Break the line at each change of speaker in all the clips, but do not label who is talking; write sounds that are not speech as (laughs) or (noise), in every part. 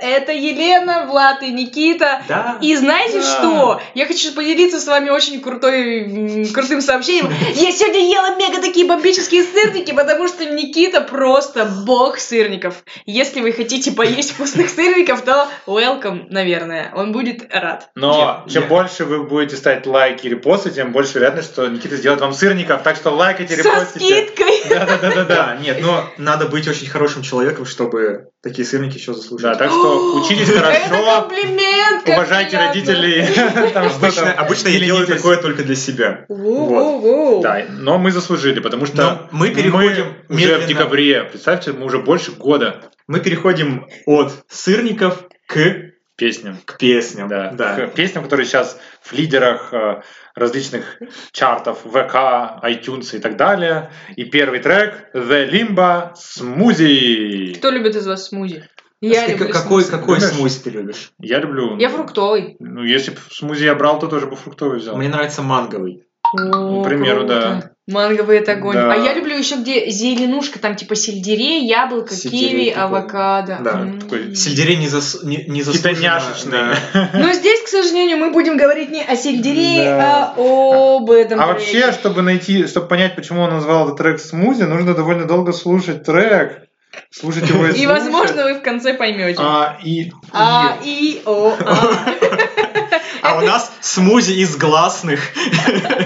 это Елена, Влад и Никита.
Да.
И знаете
Да.
что? Я хочу поделиться с вами очень крутой, м, крутым сообщением. Я сегодня ела мега такие бомбические сырники, потому что Никита просто бог сырников. Если вы хотите поесть вкусных сырников, то welcome, наверное. Он будет рад.
Но
Я-
чем
я-
больше вы будете ставить лайки и репосты, тем больше вероятность, что Никита сделает вам сырников. Так что лайкайте,
Со
репостите.
скидкой.
Да-да-да-да-да.
Да, нет, но надо быть очень хорошим человеком, чтобы такие сырники еще заслужить.
Да, так что учитесь
Это
хорошо,
комплимент. как
уважайте
приятно.
родителей. (laughs) там что-то.
Обычно, обычно я
Или
делаю
Никитас.
такое только для себя.
Воу-воу-воу.
Да, но мы заслужили, потому что
Но мы переходим
мы уже в
медленно.
декабре. Представьте, мы уже больше года
Мы переходим от сырников к,
песням.
к песням.
Да. К Песням, которые сейчас в лидерах э, различных чартов ВК, iTunes и так далее. И первый трек The Limbo Smoothie.
Кто любит из вас смузи? Я
Ты
люблю
какой
смузи.
какой
Любишь?
смузи ты любишь?
Я люблю.
Я фруктовый.
Ну, если бы смузи я брал, то тоже бы фруктовый взял.
Мне нравится манговый.
О,
К примеру,
круто.
да.
Манговый это огонь.
Да.
А я люблю еще где зеленушка, там типа сельдерей, яблоко,
Сельдерей
киви,
прикольно.
авокадо. М-м.
Да,
М.
такой
Сельдерей не, зас... не, не заслуженно,
Китайняшечный.
да.
Но здесь, к сожалению, мы будем говорить не о сельдерее,
Да.
а об этом.
А
треке.
вообще, чтобы найти, чтобы понять, почему он назвал этот трек смузи, нужно довольно долго слушать трек. Слушать его и
И,
слушать.
возможно, вы в конце поймете.
А, и...
А, и, о,
(laughs)
а.
А у нас смузи из гласных. (laughs)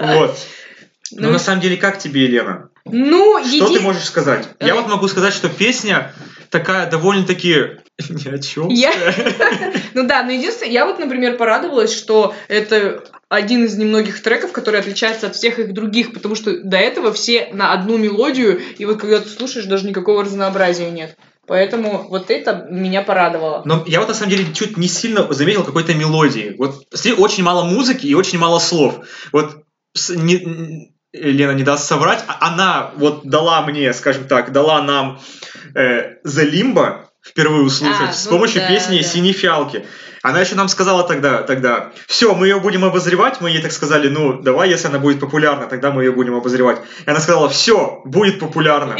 Вот.
Ну,
Но на самом деле, как тебе, Елена?
Ну,
Что ты
еди-
можешь сказать? Я вот могу сказать, что песня такая довольно-таки (laughs) ни о чем.
Я- (laughs) Ну да, но единственное, я вот, например, порадовалась, что это один из немногих треков, который отличается от всех их других, потому что до этого все на одну мелодию, и вот когда ты слушаешь, даже никакого разнообразия нет. Поэтому вот это меня порадовало.
Но я вот на самом деле чуть не сильно заметил какой-то мелодии. Вот если очень мало музыки и очень мало слов. Вот с- не- н- Лена не даст соврать, а- она вот дала мне, скажем так, дала нам э, The Limbo впервые услышать
А,
с
ну
помощью
да,
песни
да.
«Синей фиалки». Она еще нам сказала тогда, тогда, все, мы ее будем обозревать, мы ей так сказали, ну, давай, если она будет популярна, тогда мы ее будем обозревать. И она сказала, все, будет популярна.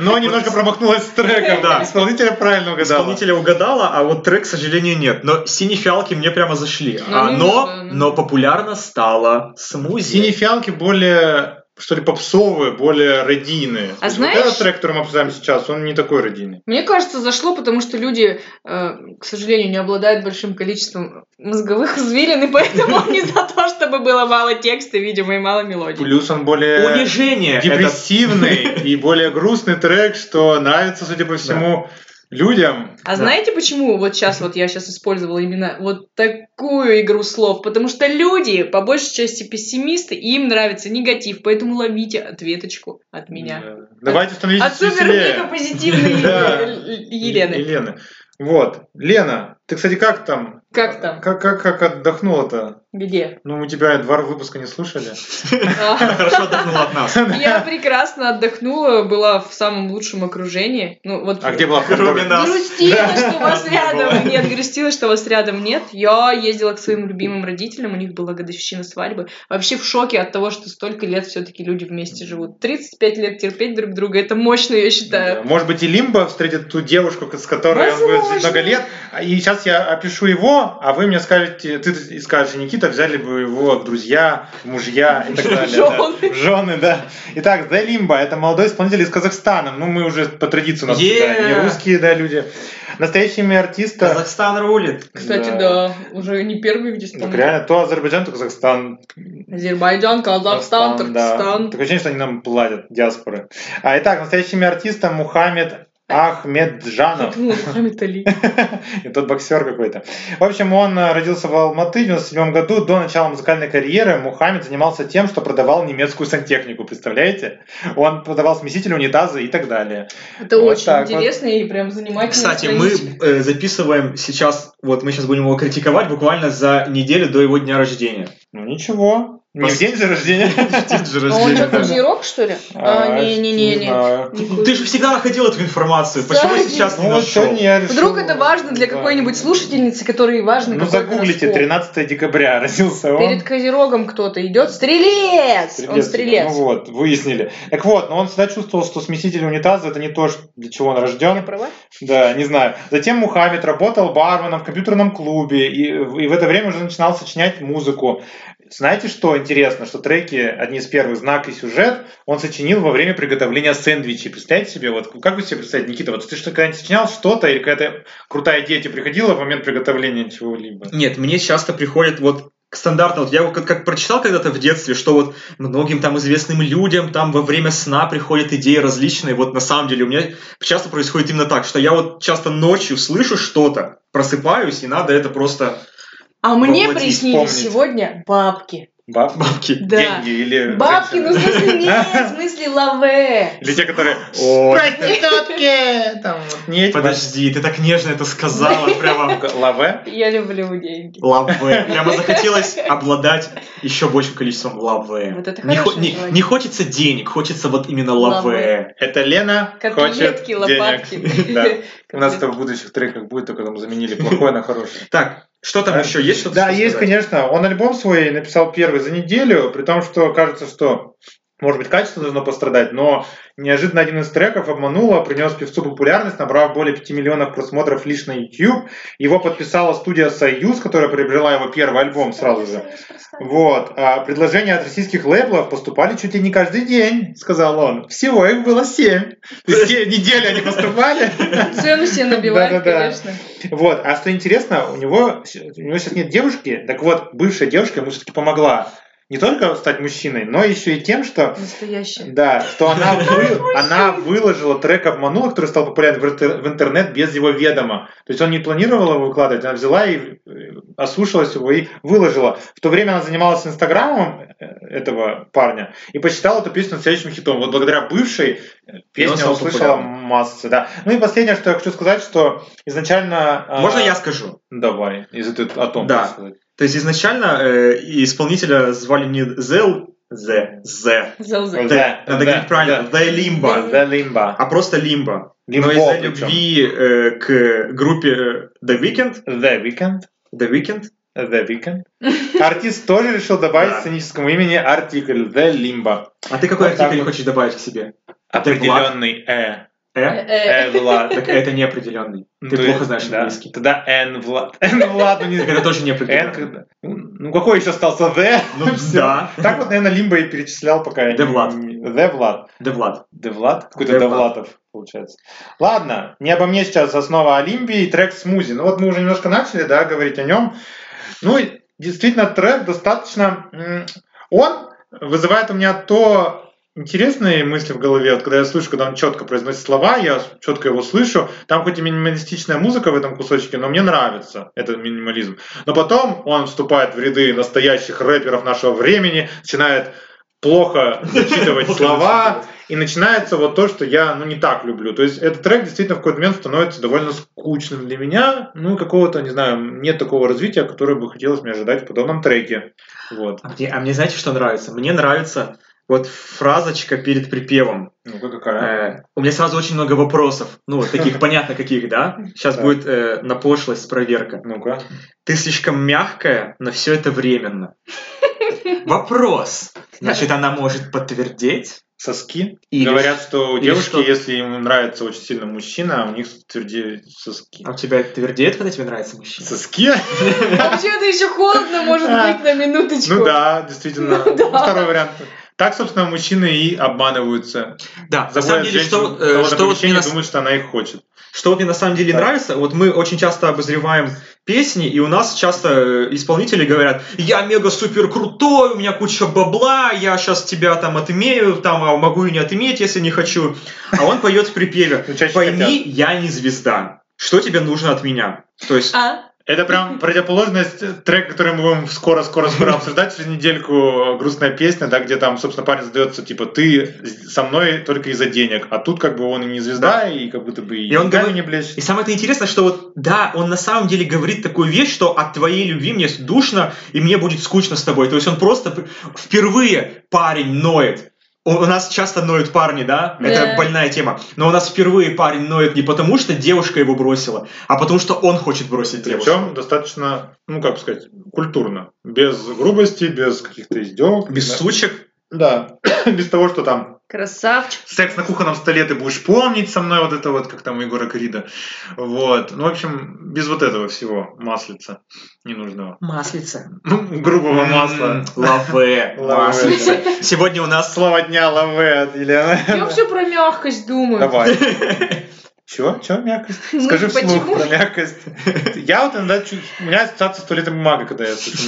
Но немножко промахнулась с треком,
Да.
Исполнителя правильно угадала.
Исполнителя угадала, а вот трек, к сожалению, нет. Но синие фиалки мне прямо зашли.
Ну,
А,
ну,
но,
да, ну.
но популярно стало смузи.
Синие фиалки более, что ли, попсовые, более радийные. То есть
знаешь-
Вот этот трек, который мы обсуждаем сейчас, он не такой радийный.
Мне кажется, зашло, потому что люди, э, к сожалению, не обладают большим количеством мозговых (laughs) извилин, и поэтому они за то, чтобы было мало текста, видимо, и мало мелодий.
Плюс он
Э,
более
Унижение. это-
депрессивный и более грустный трек, что нравится, судя по всему, людям.
А
Да.
знаете почему вот сейчас вот я сейчас использовала именно вот такую игру слов? Потому что люди по большей части пессимисты, и им нравится негатив, поэтому ловите ответочку от меня.
Да. э, Давайте становитесь
От супер мега
веселее.
позитивной
(laughs) Да.
Елены.
Елены. Вот. Лена, ты, кстати, как там?
Как там?
Как, как, как отдохнула-то?
Где?
Ну, у тебя два выпуска не слушали.
А,
(laughs) Хорошо отдохнула от нас.
Я прекрасно отдохнула, была в самом лучшем окружении. Ну вот.
А где была
Кроме нас.
Грустила, что вас
Не
рядом
было.
нет. Грустила, что вас рядом нет. Я ездила к своим любимым родителям, у них была годовщина свадьбы. Вообще в шоке от того, что столько лет все-таки люди вместе живут. 35 лет терпеть друг друга, это мощно, я считаю.
Да. Э, Может быть, и Лимба встретит ту девушку, с которой он будет жить
Возможно.
много лет. А- И сейчас я опишу его, а вы мне скажете, ты скажешь, Никита, взяли бы его в друзья, в мужья и так далее.
Жёны.
да. В Жены, да. Итак, The Limba это молодой исполнитель из Казахстана. Ну, мы уже по традиции у нас
Е.
всегда не русские, да, люди. Настоящее имя
(laughs)
артиста.
Казахстан рулит.
Кстати, да. уже не первый где
Ну, Так реально, то Азербайджан, то Казахстан.
Азербайджан, Казахстан,
да.
Туркестан.
Такое ощущение, что они нам платят, диаспоры. А итак, настоящее имя артиста Мухаммед Ахмеджанов. (laughs)
Как, ну, Мухаммед Али.
И тот боксер какой-то. В общем, он э, родился в Алматы в 97 году. До начала музыкальной карьеры Мухаммед занимался тем, что продавал немецкую сантехнику. Представляете? Он продавал смесители, унитазы и так далее.
Это
Вот
очень
так вот.
интересно и прям занимательно.
Кстати, мы э, записываем сейчас, вот мы сейчас будем его критиковать буквально за неделю до его дня рождения.
Ну ничего. Не в день же рождения.
В день же
А он
рождения,
что,
да.
кодировок, что ли? А,
А,
Не-не-не.
знаю.
Ты же всегда находил эту информацию. Почему
Кстати,
сейчас не
Ну, вот
нашел?
сегодня я решил.
Вдруг это важно для какой-нибудь слушательницы, которой важно
Ну,
какой
загуглите,
гороскоп.
13 декабря (laughs) родился он.
Перед козерогом кто-то идет. Стрелец! Он
Ну
стрелец.
вот, выяснили. Так вот, но он всегда чувствовал, что смеситель унитаза это не то, что- для чего он
Я
рожден.
права?
Да, не знаю. Затем Мухаммед работал барменом в компьютерном клубе и, и в это время уже начинал сочинять музыку. Знаете, что интересно, что треки одни из первых знак и сюжет он сочинил во время приготовления сэндвичей. Представьте себе, вот как вы себе представляете, Никита, вот ты что когда-нибудь сочинял что-то или какая-то крутая идея тебе приходила в момент приготовления чего-либо?
Нет, мне часто приходит вот к стандартно, вот я вот как, как прочитал когда-то в детстве, что вот многим там известным людям там во время сна приходят идеи различные, вот на самом деле у меня часто происходит именно так, что я вот часто ночью слышу что-то, просыпаюсь и надо это просто (laughs)
А мне
Попробуйте
приснились
вспомнить.
сегодня бабки.
Баб-
бабки.
Да.
Деньги или...
Бабки, ну в
женщины?
смысле
(laughs)
нет, в смысле лаве.
Или те, которые...
Ой,
Проститутки! Там, вот, не эти
подожди, ты так нежно это сказала,
(laughs)
прямо
бабки. Лаве?
Я люблю деньги.
лаве. Прямо захотелось обладать еще большим количеством лаве.
Вот это
Не, хо-
хорошее
не-
желание.
не хочется денег, хочется вот именно лаве.
Это Лена хочет
Котлетки,
денег.
лопатки.
(laughs)
(laughs)
Да. У нас это
Котлетки.
в будущих треках будет, только там заменили плохое на (laughs) хорошее.
Так, что там
А,
еще? Есть что-то?
Да,
еще
есть,
сказать?
конечно. Он альбом свой написал первый за неделю, при том, что кажется, что может быть, качество должно пострадать, но неожиданно один из треков обмануло, принес певцу популярность, набрав более 5 миллионов просмотров лишь на YouTube. Его подписала студия «Союз», которая приобрела его первый альбом сразу же. Вот. А предложения от российских лейблов поступали чуть ли не каждый день, сказал он. Всего их было семь. То (laughs) есть те недели они (laughs) поступали.
Цену себе набивает,
Да-да-да.
конечно.
Вот. А что интересно, у него, с- у него сейчас нет девушки. Так вот, бывшая девушка ему все-таки помогла не только стать мужчиной, но еще и тем, что
Настоящая.
да, что
(laughs)
она, вы- она выложила трек обманула, который стал популярен в интер- в интернет без его ведома. То есть он не планировал его выкладывать, она взяла и э, ослушалась его и выложила. В то время она занималась инстаграмом э, этого парня и посчитала эту песню настоящим хитом. Вот благодаря бывшей э,
он
песня
стал
услышала
популярным.
массы. Да. Ну и последнее, что я хочу сказать, что изначально... э,
Можно я скажу?
Давай, если ты о том
Да.
хочешь сказать.
То есть изначально э, исполнителя звали не Зел, Зе, Зе.
Залзай.
Да,
Надо
да,
говорить правильно. The Limba.
Да, Лимба.
А просто Лимба. Но
Лимбо
из-за
причем.
любви э, к группе э, The Weeknd,
The Weeknd.
The Weeknd,
The Weeknd. (laughs) Артист тоже решил добавить
Да.
к сценическому имени артикль The Limbo.
а ты какой
Вот так
артикль
вот.
хочешь добавить к себе?
Определенный Э.
А Э?
Э,
Э, Влад.
Так это неопределенный. (laughs) Ты
Ну,
плохо знаешь
да.
английский.
Тогда Н Влад. (laughs) Н Влад, ну
(laughs)
не
Так это тоже
Н
неопределенный.
когда- Ну какой еще остался The?
Ну
(laughs) Всё.
да.
Так вот, наверное, Лимбо и перечислял пока. я не-
The Vlad.
The Влад.
Да, Влад.
The Влад?
The
Какой-то The Владов, получается. Ладно, не обо мне сейчас, а снова о Лимбе и трек «Смузи». Ну вот мы уже немножко начали, да, говорить о нем. Ну, и действительно, трек достаточно... м, Он вызывает у меня то интересные мысли в голове, вот когда я слышу, когда он четко произносит слова, я четко его слышу, там хоть и минималистичная музыка в этом кусочке, но мне нравится этот минимализм. Но потом он вступает в ряды настоящих рэперов нашего времени, начинает плохо зачитывать
Плохо
слова, и начинается вот то, что я ну, не так люблю. То есть этот трек действительно в какой-то момент становится довольно скучным для меня. Ну, и какого-то, не знаю, нет такого развития, которое бы хотелось мне ожидать в подобном треке. Вот.
А мне, а мне знаете, что нравится? Мне нравится вот фразочка перед припевом.
Ну-ка, Ну, какая?
Э, У меня сразу очень много вопросов. Ну, вот
(laughs)
таких понятно каких, да? Сейчас
Да.
будет э, на пошлость проверка.
Ну-ка.
Ты слишком мягкая, но все это
(laughs)
временно. Вопрос. Значит, она может подтвердеть?
Соски.
Или
Говорят, что у
или
девушки,
что?
если ему нравится очень сильно мужчина, у них твердеют соски.
А у тебя твердеет, когда тебе нравится мужчина?
Соски?
А вообще-то еще холодно, может быть, на минуточку.
Ну да, действительно.
Ну да.
Второй вариант. Так, собственно, мужчины и обманываются.
Да, на самом
Заводят
деле,
женщину
что,
того
э,
до
что, вот мне
помещения,
на,
думают, что она их хочет.
что вот мне на самом деле
Да.
нравится, вот мы очень часто обозреваем песни, и у нас часто э, исполнители говорят, я мега-супер крутой, у меня куча бабла, я сейчас тебя там отмею, там а могу и не отметь, если не хочу. А он поет в припеве,
Ну, чаще
пойми, я не звезда, что тебе нужно от меня? То есть
А?
(laughs)
Это прям противоположность э, трек, который мы будем скоро-скоро-скоро обсуждать через недельку. э, Грустная песня, да, где там, собственно, парень задается, типа, ты со мной только из-за денег. А тут как бы он и не звезда, и как будто бы и,
И он
деньгами
говорит-
не блещет.
И самое это интересное, что вот, да, он на самом деле говорит такую вещь, что от твоей любви мне душно, и мне будет скучно с тобой. То есть он просто п- впервые парень ноет. У у нас часто ноют парни, да? Это
Да.
больная тема. Но у нас впервые парень ноет не потому, что девушка его бросила, а потому, что он хочет бросить девушку.
Причем достаточно, ну как бы сказать, культурно. Без грубости, без каких-то издевок.
Без
Да.
сучек.
Да. (coughs) без того, что там
Красавчик.
секс на кухонном столе ты будешь помнить со мной, вот это вот, как там у Егора Крида. Вот. Ну, в общем, без вот этого всего маслица ненужного.
Маслица.
Ну, грубого масла.
М-м,
(laughs)
Лаве.
Лавэ,
Маслица. Сегодня у нас...
Слова дня лаве от
Я
Елены.
все про мягкость думаю.
Давай. Чего? Чего мягкость?
Ну,
Скажи вслух
почему?
про мягкость. Я вот иногда чу- У меня ассоциация с туалетом бумага, когда я слышу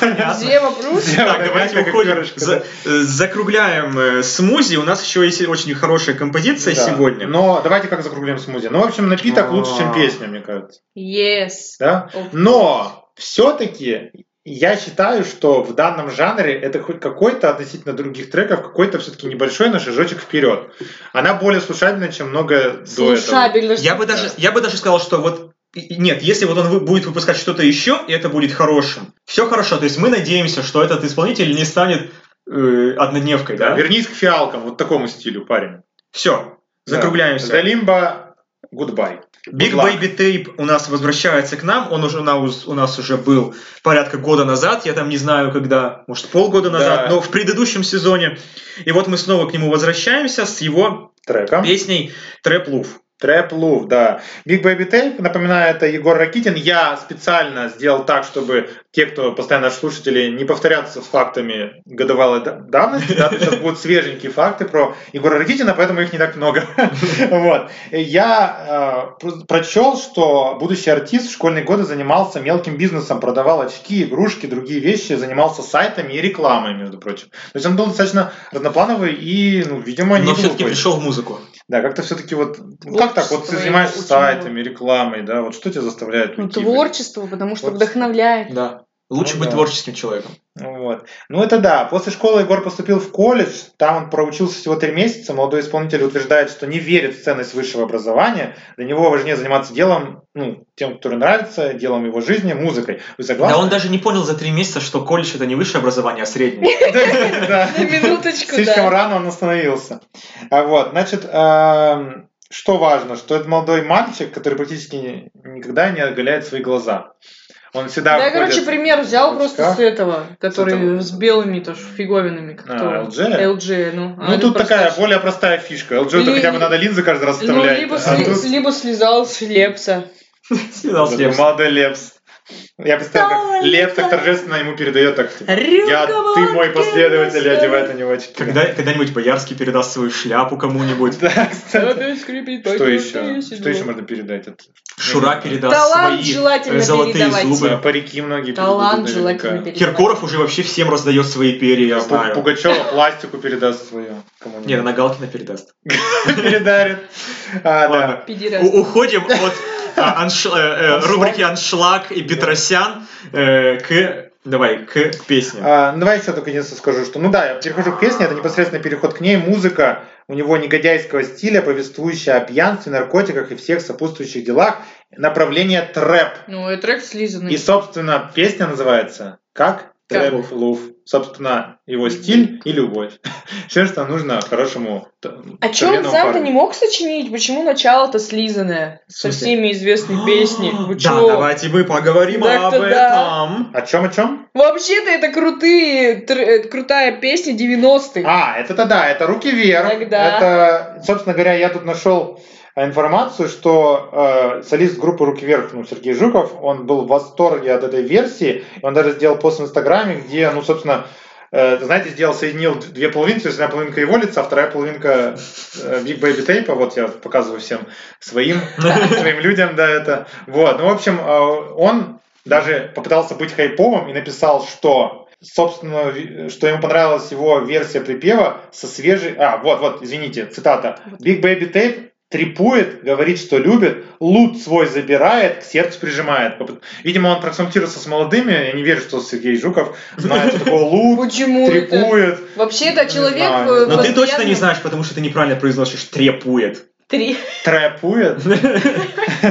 (laughs) Ясно.
Зева плюс.
Зева,
Так,
да,
давайте
мягкая, как
уходим.
перышко,
За- э, Закругляем э, смузи. У нас еще есть очень хорошая композиция
Да.
сегодня.
Но давайте как закруглим смузи. Ну, в общем, напиток лучше, чем
А.
песня, мне кажется.
Yes.
Да? Но все-таки я считаю, что в данном жанре это хоть какой-то относительно других треков, какой-то все-таки небольшой на шажочек вперед. Она более слушабельна, чем многое до этого.
Слушабельно.
Я бы даже, я бы даже сказал, что вот и- и нет, если вот он вы- будет выпускать что-то еще, и это будет хорошим. Все хорошо, то есть мы надеемся, что этот исполнитель не станет э, однодневкой,
Да,
да?
Вернись к фиалкам, вот такому стилю, парень.
Все,
Да.
закругляемся.
За Лимба, гудбай.
Big
Good luck.
Baby Tape у нас возвращается к нам, он уже у нас, у нас уже был порядка года назад, я там не знаю когда, может полгода
Да.
назад, но в предыдущем сезоне. И вот мы снова к нему возвращаемся с его
Треком.
песней Трэп Лув.
Трэп Лув, да. Big Baby Tape, напоминаю, это Егор Ракитин. Я специально сделал так, чтобы те, кто постоянно наши слушатели, не повторятся с фактами годовалой да- давности. Да, сейчас будут свеженькие факты про Егора Ракитина, поэтому их не так много. (laughs) Вот. Я э, пр- прочел, что будущий артист в школьные годы занимался мелким бизнесом, продавал очки, игрушки, другие вещи, занимался сайтами и рекламой, между прочим. То есть он был достаточно разноплановый и, ну, видимо, не
Но все-таки
глупый.
пришел в музыку.
Да, как-то все-таки вот, ну,
Творчество
как так, вот ты
его
занимаешься
очень
сайтами, рекламой, да, вот что тебя заставляет
Ну,
уйти?
творчество, потому что
Творчество.
вдохновляет.
Да. Лучше
Ну
быть
да.
творческим человеком.
Вот. Ну это да, после школы Егор поступил в колледж, там он проучился всего три месяца, молодой исполнитель утверждает, что не верит в ценность высшего образования, для него важнее заниматься делом, ну, тем, который нравится, делом его жизни, музыкой.
Да
Вы
он
согласны?
даже не понял за три месяца, что колледж это не высшее образование, а среднее.
(laughs)
(laughs)
Да,
На минуточку,
Слишком
да.
рано он остановился. А вот, значит, эм, что важно, что это молодой мальчик, который практически ни- никогда не оголяет свои глаза. Он всегда
Да, я,
ходит
короче, пример взял
в
просто
очках.
с этого, который
этого.
с белыми тоже фиговинами, как
А,
то.
LG?
LG, ну.
Ну,
а
тут
просто-
такая более простая фишка. LG это
Или-
хотя бы надо линзы каждый раз
Ну,
вставлять.
либо,
а
сли-
тут-
либо слезал с лепса.
Слезал с лепса.
Молодой Лепс. Я представляю, как Лепс так торжественно ему передает так, типа, я, ты мой последователь, и одевает на него очки.
Когда, когда-нибудь Боярский передаст свою шляпу кому-нибудь.
Да, кстати.
Опять скрипит,
Что
пойду,
еще?
я
Что
сижу.
еще можно передать? Это-
Шура передаст
Талант
свои
желательно
э, золотые
передавать.
Да,
зубы.
Парики многие
Талант
передадут наверняка.
желательно передавать.
Киркоров уже вообще всем раздает свои перья, я
Пу-
знаю.
Пугачева пластику передаст свою. Кому
Нет, она Галкина передаст.
(laughs) передарит. А, да.
Ладно.
Пидорас.
У- уходим от а, анш- э, э,
Аншлаг.
рубрики «Аншлаг» и «Петросян» э, к... Давай, к песне.
А, ну, давай еще только единственное скажу, что ну да, я перехожу к песне, это непосредственно переход к ней. Музыка у него негодяйского стиля, повествующая о пьянстве, наркотиках и всех сопутствующих делах. Направление трэп.
Ну, и трек слизанный.
И, собственно, песня называется как?
Как?
Трэп Лув. Собственно, его стиль и любовь. (laughs) Все, что нужно хорошему т-
А че он
современному
сам-то
парню.
не мог сочинить? Почему начало-то слизанное? Со
смысле?
всеми
(gasps)
известной песней. Вы
А, Да,
чё?
давайте мы поговорим
Так-то
об
да.
этом.
О чем, о чем?
Вообще-то это крутые, тр- э, крутая песня 90-х.
А, это-то да, это руки вверх.
Тогда.
Это, собственно говоря, я тут нашел э, информацию, что э, солист группы Руки вверх, ну, Сергей Жуков, он был в восторге от этой версии. И Он даже сделал пост в Инстаграме, где, ну, собственно, э, знаете, сделал, соединил д- две половинки, то есть одна половинка его лица, а вторая половинка э, Big Baby Tape, вот я показываю всем своим, (laughs) своим людям, да, это. Вот, ну, в общем, э, он даже попытался быть хайповым и написал, что собственно, ви- что ему понравилась его версия припева со свежей... А, вот, вот, извините, цитата. Big Baby Tape трипует, говорит, что любит, лут свой забирает, к сердцу прижимает. Видимо, он проконсультировался с молодыми, я не верю, что Сергей Жуков знает, что такое лут,
Почему это?
трипует.
Вообще это человек...
знаю.
э,
Но ты точно не
постоянно-
знаешь, потому что ты неправильно произносишь
(laughs)
трепует.
Три.
Трэпует?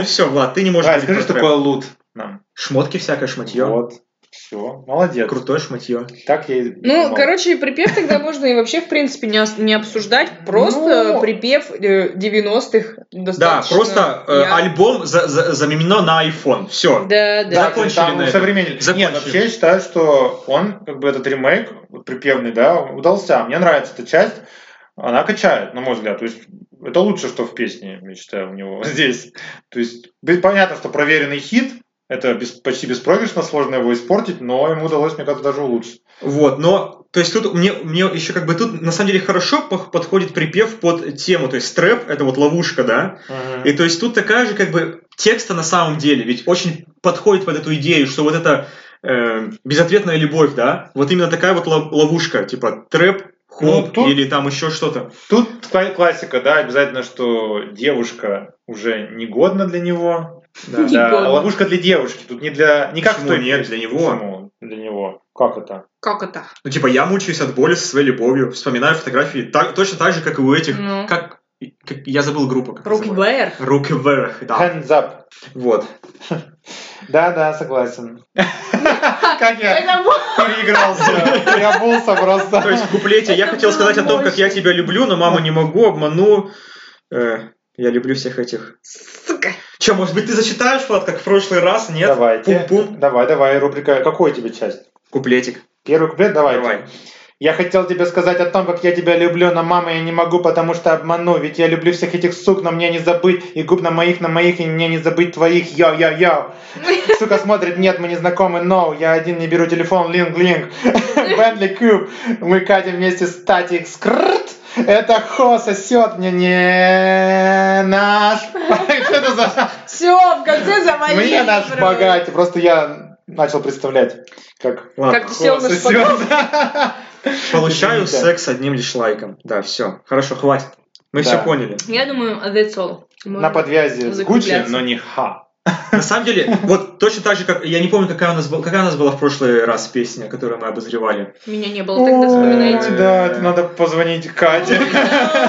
Все, Влад, ты не можешь.
Рай,
говорить про
скажи, что
трэп.
такое лут нам.
Шмотки всякое, шматье.
Вот. Все, молодец.
Крутое шматье.
Так я и
Ну,
думал.
короче, припев
(laughs)
тогда можно и вообще, в принципе, не, ос- не обсуждать. Просто
Ну.
припев э, 90-х
Да,
достаточно.
просто э,
я-
альбом за- за- заменено на iPhone. Все.
Да,
Да,
да.
закончили
там
на этом.
усовременили.
Закончили.
Нет, вообще я считаю, что он, как бы этот ремейк, вот припевный, да, удался. Мне нравится эта часть. Она качает, на мой взгляд. То есть это лучше, что в песне, я считаю, у него (laughs) здесь. То есть бе- понятно, что проверенный хит, это бес- почти беспроигрышно, сложно его испортить, но ему удалось, мне кажется, даже улучшить.
Вот, но то есть тут мне, мне еще как бы тут на самом деле хорошо пох- подходит припев под тему, то есть трэп это вот ловушка, да, и то есть тут такая же как бы текста на самом деле, ведь очень подходит под эту идею, что вот эта э, безответная любовь, да, вот именно такая вот лов- ловушка, типа трэп, хоп
Ну, тут-
или там еще что-то.
Тут кла- классика, да, обязательно, что девушка уже негодна для него.
Да.
Да,
Негодна.
ловушка для девушки, тут не для... Не как
Почему
в той
нет,
песне.
для него?
Почему для него? Как это?
Как это?
Ну типа я мучаюсь от боли со своей любовью, вспоминаю фотографии так- точно так же, как и у этих,
Ну.
как, как- я забыл группу. как
Руки
называется.
Бэйр?
Руки вверх, да.
Hands up.
Вот.
Да, да, согласен. Как я
Это вот
переигрался, переобулся
То
просто.
есть в куплете я
Это
хотел
было
сказать о том, как
мощно.
я тебя люблю, но маму не могу, обману. Э, я люблю всех этих.
Сука.
Че, может быть, ты зачитаешь, Влад, как в прошлый раз? Нет?
Давайте.
Пум-пум.
Давай, давай, рубрика. Какой тебе часть?
Куплетик.
Первый куплет, давай.
Давай.
Я хотел тебе сказать о том, как я тебя люблю, но мама я не могу, потому что обману. Ведь я люблю всех этих сук, но мне не забыть. И губ на моих, на моих, и мне не забыть твоих.
(laughs)
Йо-йо-йо. Сука смотрит, нет, мы не знакомы, но я один не беру телефон, линг-линг. (laughs) Бентли Куб, мы катим вместе с Тати Скррт. Это хо сосет мне не наш. (laughs) Что это за-
все, в конце завалили.
Мне наш
Правда.
богатый. Просто я начал представлять, как
Ладно.
Как
хо
все у нас
сосет. (laughs)
Получаю
Извините.
секс одним лишь лайком. Да, все. Хорошо, хватит. Мы
Да.
все поняли.
Я думаю, that's all.
На подвязи с Гуччи,
закругляться.
но не ха.
На самом деле, вот точно так же, как... Я не помню, какая у нас была, какая у нас была в прошлый раз песня, которую мы
(laughs)
обозревали.
Меня не было, тогда вспоминайте.
Ой, Да, это надо позвонить Кате.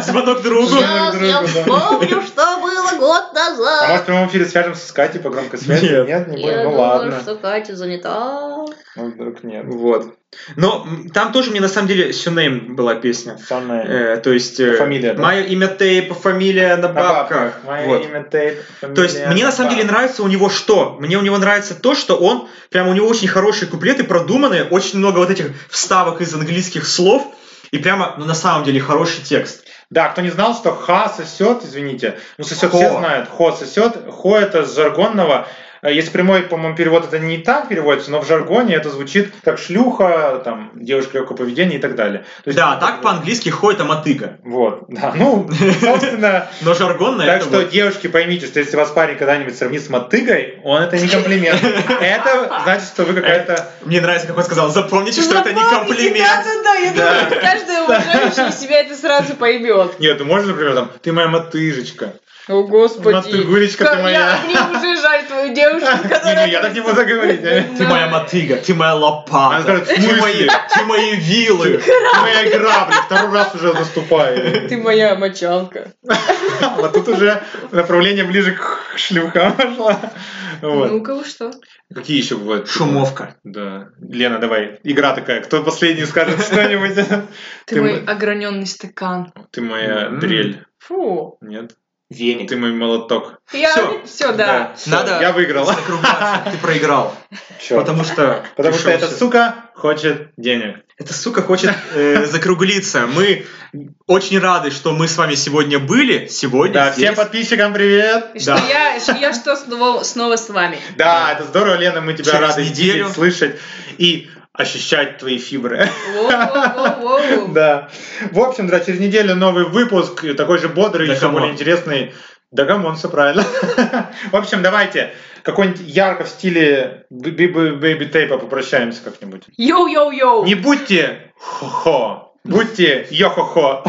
Звонок другу.
Звонок другу, да.
Помню, что было год
А
назад.
может, в прямом эфире свяжемся с Катей по громкой связи?
Нет.
Нет, не
Я
будем. Ну
думала,
ладно.
что Катя занята.
Ну вдруг нет.
Вот. Но м, там тоже мне на самом деле Сюнейм была песня.
Самое.
Э, то есть э,
Фамилия, да?
мое имя Тейп, фамилия на
На бабках.
бабках.
Мое
Вот.
имя Тейп.
То есть
фамилия
мне на самом
Баб.
деле нравится у него что? Мне у него нравится то, что он прям у него очень хорошие куплеты, продуманные, очень много вот этих вставок из английских слов и прямо ну, на самом деле хороший текст.
Да, кто не знал, что ха сосет, извините. Ну, сосет
Хо.
все знают. Хо сосет. Хо это с жаргонного. Э, Если прямой, по-моему, перевод это не так переводится, но в жаргоне это звучит как шлюха, там, девушка легкого поведения и так далее. То есть-
Да, так по-английски хо это мотыга,
Вот, да. Ну, собственно,
но жаргонно
Так
это
что,
вот.
девушки, поймите, что если вас парень когда-нибудь сравнит с мотыгой, он это не комплимент. Это значит, что вы какая-то...
Мне нравится, как он сказал, запомните, что это не
Да,
комплимент.
да, да, я
Да.
думаю, каждый уважающий себя это сразу поймет.
Нет, ну можно, например, там, ты моя мотыжечка.
О, господи.
Мотыгулечка
Как
ты
я,
моя.
мне уже жаль твою девушку,
Не,
которая...
не, я так не буду говорить. а.
Ты моя мотыга, ты моя лопата,
Она скажет, «В
ты, мои,
смысле?
ты мои вилы.
Ты моя грабли, второй раз уже
(laughs) (laughs)
наступаю.
Ты моя мочалка.
Вот тут уже направление ближе к шлюхам пошло. Вот.
Ну, кого что?
Какие еще бывают?
Шумовка.
Да. Лена, давай. Игра такая. Кто последний скажет что-нибудь?
Ты,
Ты
мой
мо-
ограненный стакан.
Ты моя
М.
дрель.
Фу.
Нет.
Веник.
Ты мой молоток.
Всё.
Я... Все, да.
всё,
Надо-
Я выиграл.
Закругляться, Ты проиграл.
Чёрт.
Потому что...
Потому что
пришёл
эта
сюда.
сука хочет денег.
Эта сука хочет
(laughs)
э, закруглиться. Мы очень рады, что мы с вами сегодня были. Сегодня
Да,
здесь.
всем подписчикам привет.
И
Да.
Что я, я что снова, снова с вами.
Да, это здорово, Лена, мы тебя
Через
рады
неделю.
видеть, слышать и ощущать твои фибры.
Воу-воу-воу-воу.
Да. В общем, да, через неделю новый выпуск, такой же бодрый,
Да
еще
камон.
более интересный. Да камон, все правильно. (laughs) В общем, давайте какой-нибудь ярко в стиле Бэйби Тейпа попрощаемся как-нибудь.
Йоу-йоу-йоу.
Не будьте хо-хо, будьте йо-хо-хо.